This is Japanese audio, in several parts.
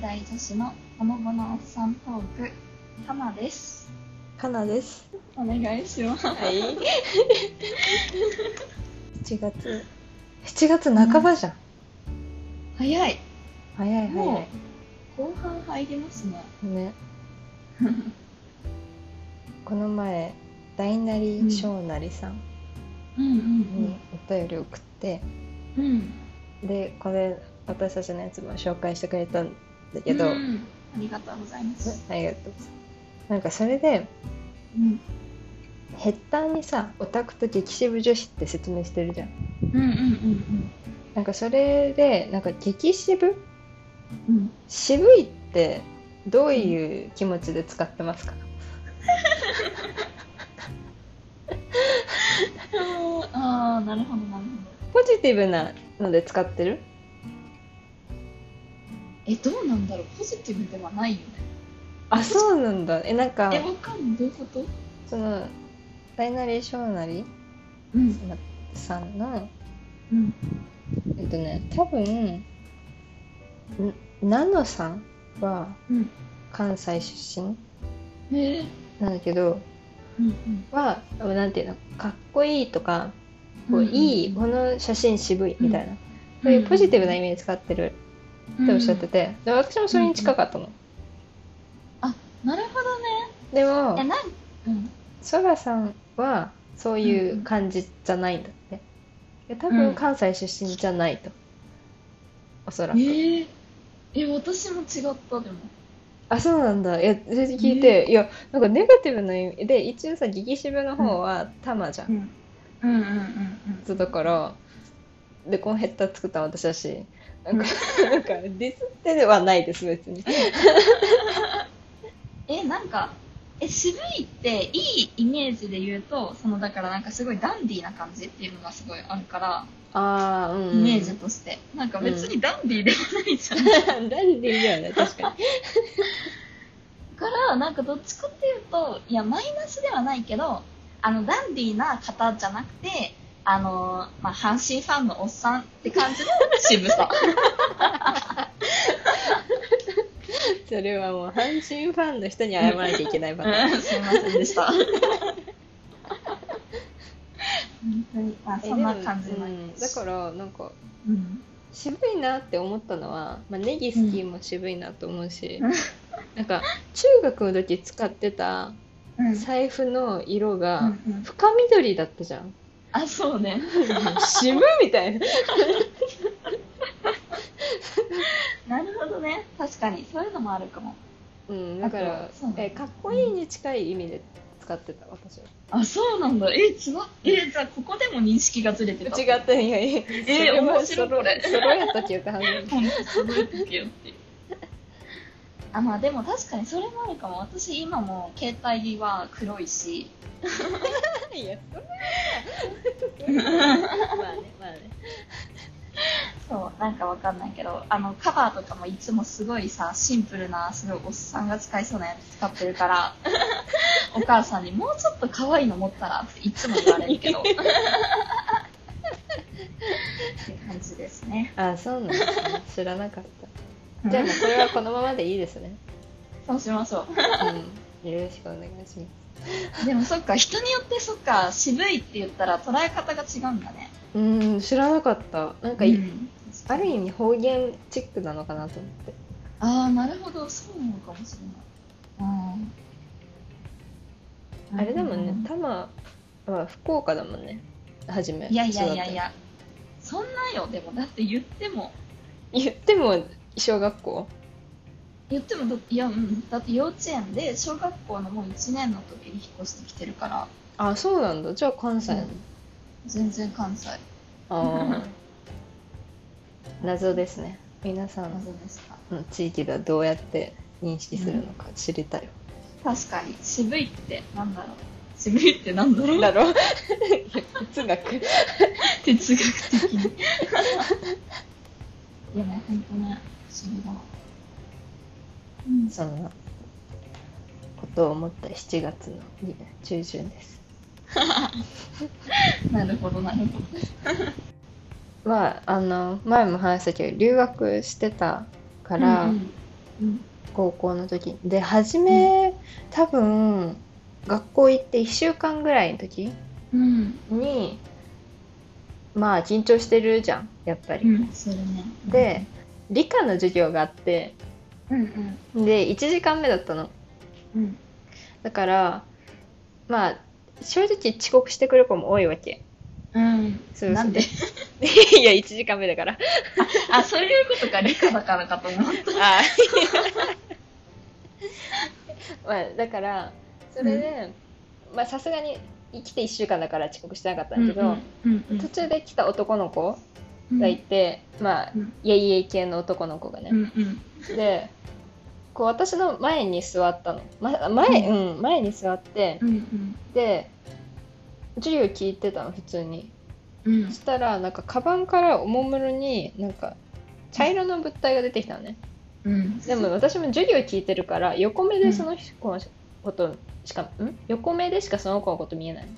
代女子のほのぼのおっさんトークかなですかなです。お願いしますはい。7月。7月半ばじゃん。早い早い早もいう後半入りますね。ね。この前、大なり小なりさんうんにお便り送って、うんうんで、これ、私たちのやつも紹介してくれたんだけど、うんありがとうございますありがとうございます。なんかそれで、うんヘッダーにさ、オタクと激渋女子って説明してるじゃん。うんうんうんなんかそれで、なんか激渋うんうん渋いってどういう気持ちで使ってますか、ああなるほどなるほどポジティブなので使ってるえどうなんだろうポジティブではないよねあそうなんだえなんかえわかんないどういうことその大なり小なりうんさんのうんえっとね多分んナノさんはうん関西出身えーなんだけどうんうんはなんていうのかっこいいとかこううんうんいいこの写真渋いみたいな、そういうポジティブな意味で使ってるっておっしゃってて、で私もそれに近かったの、うんなるほどねでもえなんうんそらさんはそういう感じじゃないんだって、で多うん分関西出身じゃないと、おそらく、えー、え私も違ったでもあそうなんだいやそれで聞いて、いやなんかネガティブな意味で一応さ激渋の方はタマじゃん、んうんうんうんうんだからでこのヘッダー作ったの私だしなんか,、なんかディスってではないです別にえなんかえ渋いっていいイメージで言うとそのだからなんかすごいダンディーな感じっていうのがすごいあるから、ああうんイメー ジとしてなんか別にダンディーではないじゃん、だダンディーだよね確かにからなんかどっちかっていうといやマイナスではないけどあのダンディーな方じゃなくてあのーまあ阪神ファンのおっさんって感じの渋さそれはもう阪神ファンの人に謝らなきゃいけないパターンうんすいませんでした本当にまあそんな感じえでのもうんだからなんかうん渋いなって思ったのは、まあ、ネギ好きも渋いなと思うし、うんなんか中学の時使ってたうん財布の色うがんうん深緑だったじゃん あそうね渋みたいななるほどね確かにそういうのもあるかもうんだかあらとそうなんだえかっこいいに近い意味で使ってた私はあそうなんだえ違うえじゃあここでも認識がずれてた違ったいやいやえー面白いこれそろやった記憶はず 本当すごい時よっていうあまあでも確かにそれもあるかも私今も携帯は黒いしいやそれはまあねまあねそうなんかわかんないけどあのカバーとかもいつもすごいさシンプルなすごいおっさんが使いそうなやつ使ってるから お母さんに「もうちょっと可愛いの持ったら」っていつも言われるけどって感じですねあそうなんですね知らなかったじじゃゃあもうこれはこのままでいいですね。そうしましょうん、よろしくお願いしまうでもそっか人によってそっか渋いって言ったら捉え方が違うんだねす。うん、知らなかった。なんか、ういんある意味方言チックなのかなと思って。ああなるほどそうなのかもしれないうんあれだもんうね、多摩は福岡だもんね。はじめ。いやいやいやい育っやそんなよでもだって言ってもた。言っても小学校。言ってもだいや、うん、だって幼稚園で小学校のもう1年の時に引っ越してきてるからあ、そうなんだ。じゃあ関西なの。全然関西ああ。謎ですね。皆さん謎ですかの地域ではどうやって認識するのか知りたい。確かに渋いってなんだろう渋いってなんだろうだろう 哲学。哲学的 にいやねほんとね不思議だわうんそんなことを思った7月の中旬です。なるほどなるほどはあの前も話したけど留学してたから、うんうん高校の時で初め、多分学校行って1週間ぐらいの時うんにまあ緊張してるじゃんやっぱり。うんするねで理科の授業があってうんうんで1時間目だったの。うんだからまあ正直遅刻してくる子も多いわけ。うんそうなんで いや1時間目だから。あそういうことか理科だからかと思った あまあだからそれで、まあさすがに生きて1週間だから遅刻してなかったんだけど、うんうん途中で来た男の子がいて、まあ、うんイエイイエイ系の男の子がね、うんうんでこう私の前に座ったの、ま、前、うん前に座ってう、んで授業聞いてたの普通にうんうんそしたらなんかカバンからおもむろになんか茶色の物体が出てきたのねうんでも私も授業聞いてるから横目でその子のことしか、ん、横目でしかその子のこと見えない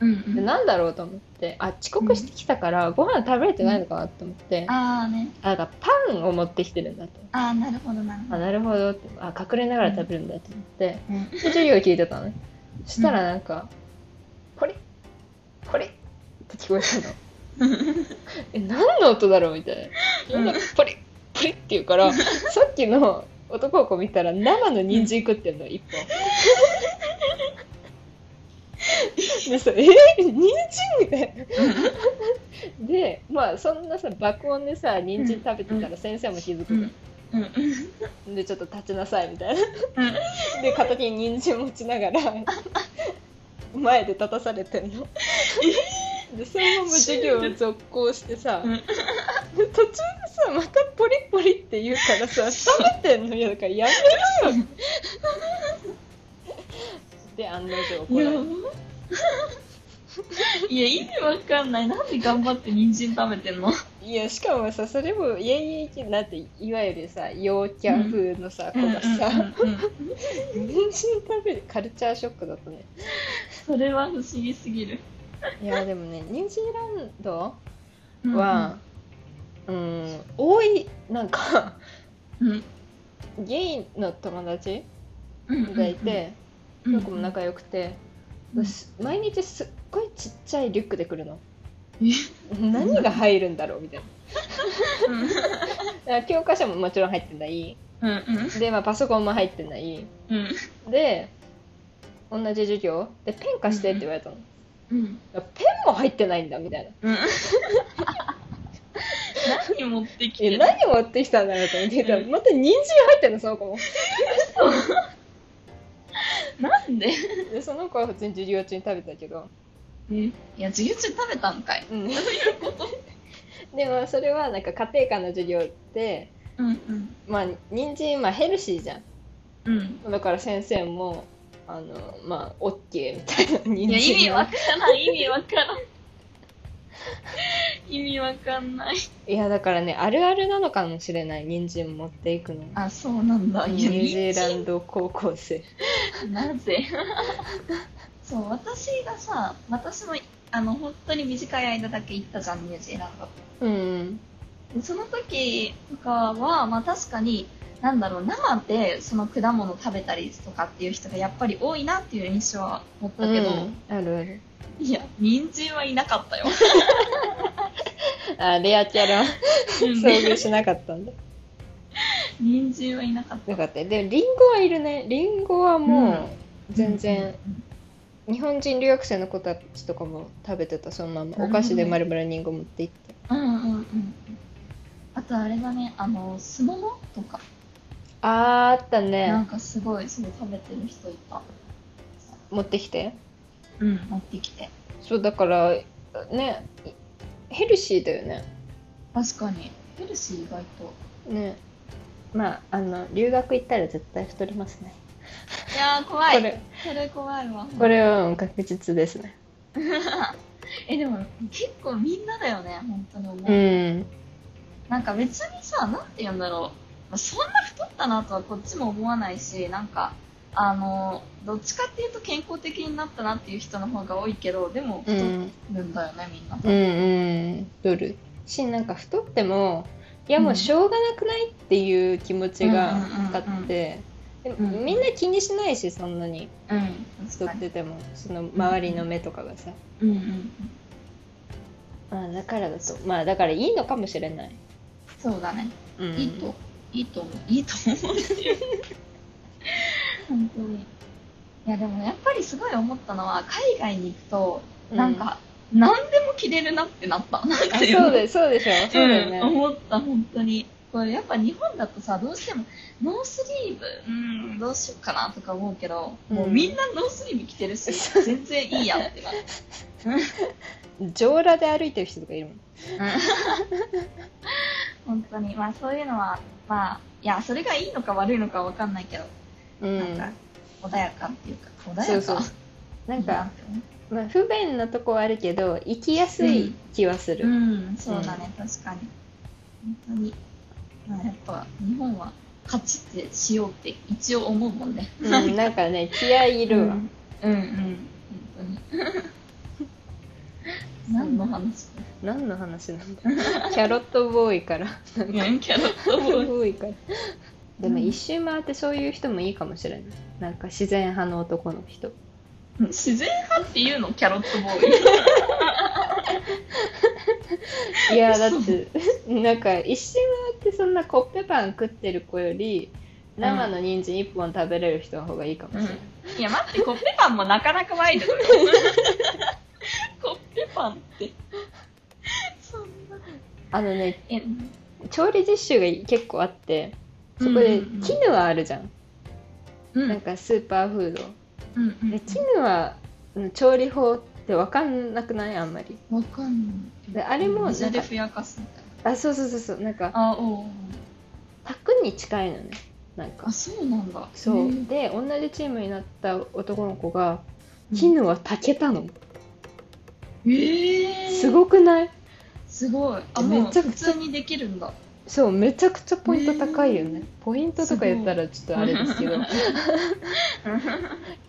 うんうでんなんだろうと思ってあ遅刻してきたからご飯食べれてないのかなと思って、ああねあなんかパンを持ってきてるんだとああなるほどなるあほどなるほどってあ隠れながら食べるんだと思って、うんで授業聞いてたのねそしたらなんか「ポリッポリッ」って聞こえたのえ何の音だろうみたいなうんなんかポリッポリッって言うか らさっきの男の子見たら生の人参食ってんの一 本でさ「えー、人参?」みたいなでまあそんなさ爆音でさ人参食べてたら先生も気づくじゃんうんうんでちょっと立ちなさいみたいなうんで片手に人参持ちながら前で立たされてんのでそのまま授業を続行してさ、うんで途中でさまたポリポリって言うからさ食べてんのよだからやめろよで案の定い怒らやれるいや意味わかんないなんで頑張って人参食べてんのいやしかもさそれもイエイイエイ系なんていわゆるさ陽キャ風のさ、子がさうんうんうんうん人参食べるカルチャーショックだったねそれは不思議すぎるいやでも ねニュージーランドは、うん、多いなんか うんゲイの友達うんがいて、うそんの子も仲良くて、うんす毎日すっごいちっちゃいリュックで来るのえ 何が入るんだろうみたいなうんだから教科書ももちろん入ってないうんうんで、まあ、パソコンも入ってないうんで同じ授業でペン貸してって言われたの、うんペンも入ってないんだみたいなうん何持ってきてえる何持ってきたんだろうと思ってたらうんまた人参入ってんのその子もなんででその子は普通に授業中に食べてたけど、いや授業中食べたんかいうん、 でもそれはなんか家庭科の授業ってうんうんまあ人参まあヘルシーじゃうんんだから先生もあのまあ OK みたいな人いや意味はわからん意味わからん意味わかんないいやだからねあるあるなのかもしれない人参持っていくのあそうなんだニュージーランド高校生なぜ そう私がさ私もあの本当に短い間だけ行ったじゃんニュージーランドうんでその時とかは、まあ、確かになんだろう生でその果物食べたりとかっていう人がやっぱり多いなっていう印象は持っただけけどど、、あるあるいや人参はいなかったよあレアキャ ラ遭遇しなかったんだ人参はいなかったなかったでもリンゴはいるねリンゴはもう全然、日本人留学生の子たちとかも食べてたそのまるほまどお菓子で丸々リンゴ持って行ってうんうんうんうんあとあれだねあのスモモとかあーあったなんねかすごいそう食べてる人いた持ってきてうん持ってきてそうだからねヘルシーだよね確かにヘルシー意外とねまああの留学行ったら絶対太りますねいやー怖こいれそれ怖いわこれはうん確実ですねえでも結構みんなだよね本当に思う、うんなんか別にさなんて言うんだろうまあそんな太ったなとはこっちも思わないしなんかあのどっちかっていうと健康的になったなっていう人の方が多いけどでもう太んるんだよねみんな、うんうん太るしなんか太ってもいやうもんうしょうがなくないっていう気持ちがあって、うんでもみんな気にしないしそんなにうん太っててもその周りの目とかがさ、うんうんあだからだとまあだからいいのかもしれない、そうだねうん、いいといいと思ういいと思うっていう本当にいやでもやっぱりすごい思ったのは海外に行くとうなんか、何でも着れるなってなったなんあかそうだよそうでしょそうだよね、ん、思った本当にこれやっぱ日本だとさどうしてもノースリーブうんどうしようかなとか思うけど、もうみんなノースリーブ着てるし全然いいやってなる上裸で歩いてる人とかいるもん 本当にまあそういうのはまあいやそれがいいのか悪いのかわかんないけど、うんなんか穏やかっていうか穏やかそうそうなんか、まあ、不便なとこはあるけど行きやすい気はする、うんそうだね、確かに本当に、まあ、やっぱ日本は勝ちってしようって一応思うもんねうんなんかね気合いいるわ、うん、うんうん本当 に何の話何の話なんだキャロットボーイから何キャロットボーイ多いからでも一周回ってそういう人もいいかもしれないなんか自然派の男の人自然派っていうのキャロットボーイいやだって なんか一周回ってそんなコッペパン食ってる子より生の人参一本食べれる人の方がいいかもしれない、いや待ってコッペパンもなかなかワイルドよ コッペパンってそんなあのねえ調理実習が結構あってそこでうんうんうんキヌアあるじゃん、うんなんかスーパーフード、うんうんでキヌアの調理法って分かんなくないあんまりわかんであれもなんか水でふやかすみたいあそうそうそうそうなんかなあおうパクに近いのねなんかあそうなんだそへう、えで同じチームになった男の子が絹は炊けたの、ええすごくないすごいあめもうちゃ普くちゃ通にできるんだそうめちゃくちゃポイント高いよね、ねポイントとか言ったらちょっとあれですけど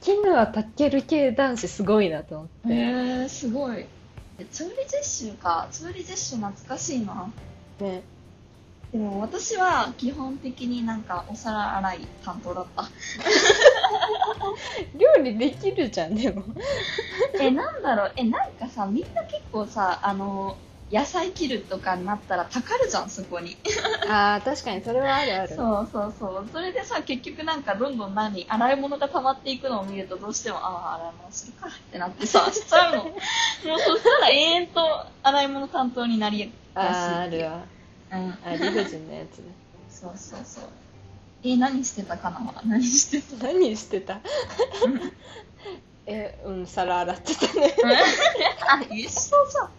絹は炊ける系男子すごいなと思へっえすごいえ調理実習か調理実習懐かしいなて、ね、でも私は基本的になんかお皿洗い担当だった料理できるじゃんでもえなんだろうえなんかさみんな結構さあの野菜切るとかになったらたかるじゃんそこにあー確かにそれはあるあそるうそうそうそれでさ結局なんかどんどん何洗い物が溜まっていくのを見るとどうしてもああ洗い物するかってなってさしちゃうのもうそしたら永遠と洗い物担当になりあーあるわうんあ理不尽なやつねそうそうそうえ何してたかな何してた何してた えうん皿洗ってたね あ一緒じゃ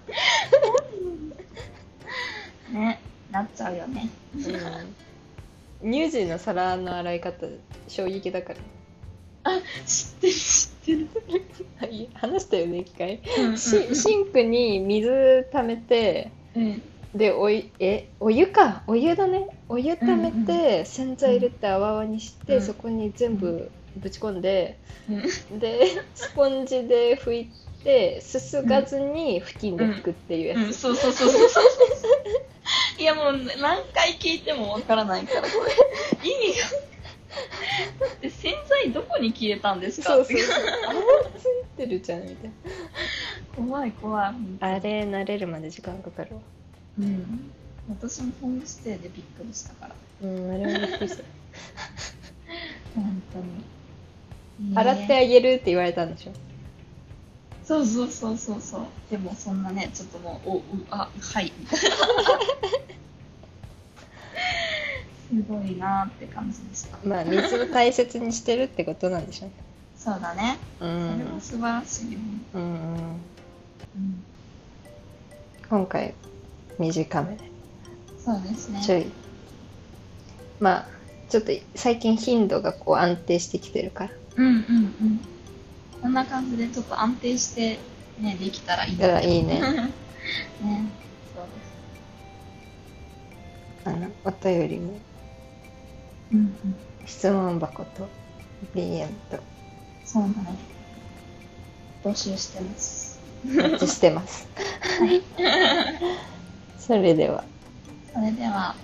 んねなっちゃうよねうん乳児の皿の洗い方衝撃だから知ってる知ってる、はい話したよね一回うんシシンクに水溜めてうんでおいえお湯かお湯だねお湯溜めて、洗剤入れて泡泡にして、うんそこに全部ぶち込んで、うでスポンジで拭いてすすがずに布巾で拭くっていうやうつ、ん、そうそうそうそうそういやもう何回聞いてもわからないからこれ意味がで洗剤どこに消えたんですかそうそうそうあれついてるじゃんみたい怖い怖いなあれ慣れるまで時間かかるわうん私もホームステイでびっくりしたからうんあれはびっくりした本当に、洗ってあげるって言われたんでしょそうそうそうそうそうでもそんなねちょっともうおうあはいみたいな すごいなーって感じでしたまあ水を大切にしてるってことなんでしょうねそうだねうそれはん、素晴らしいよね、うん、うん今回短めでそうですねちょいまあちょっと最近頻度がこう安定してきてるからうんうんうんこんな感じでちょっと安定してねできたらいいだねからいいね ねそうですあのお便りもうんうん質問箱と DM とそうなの募集してますお待ちしてます それではそそれでは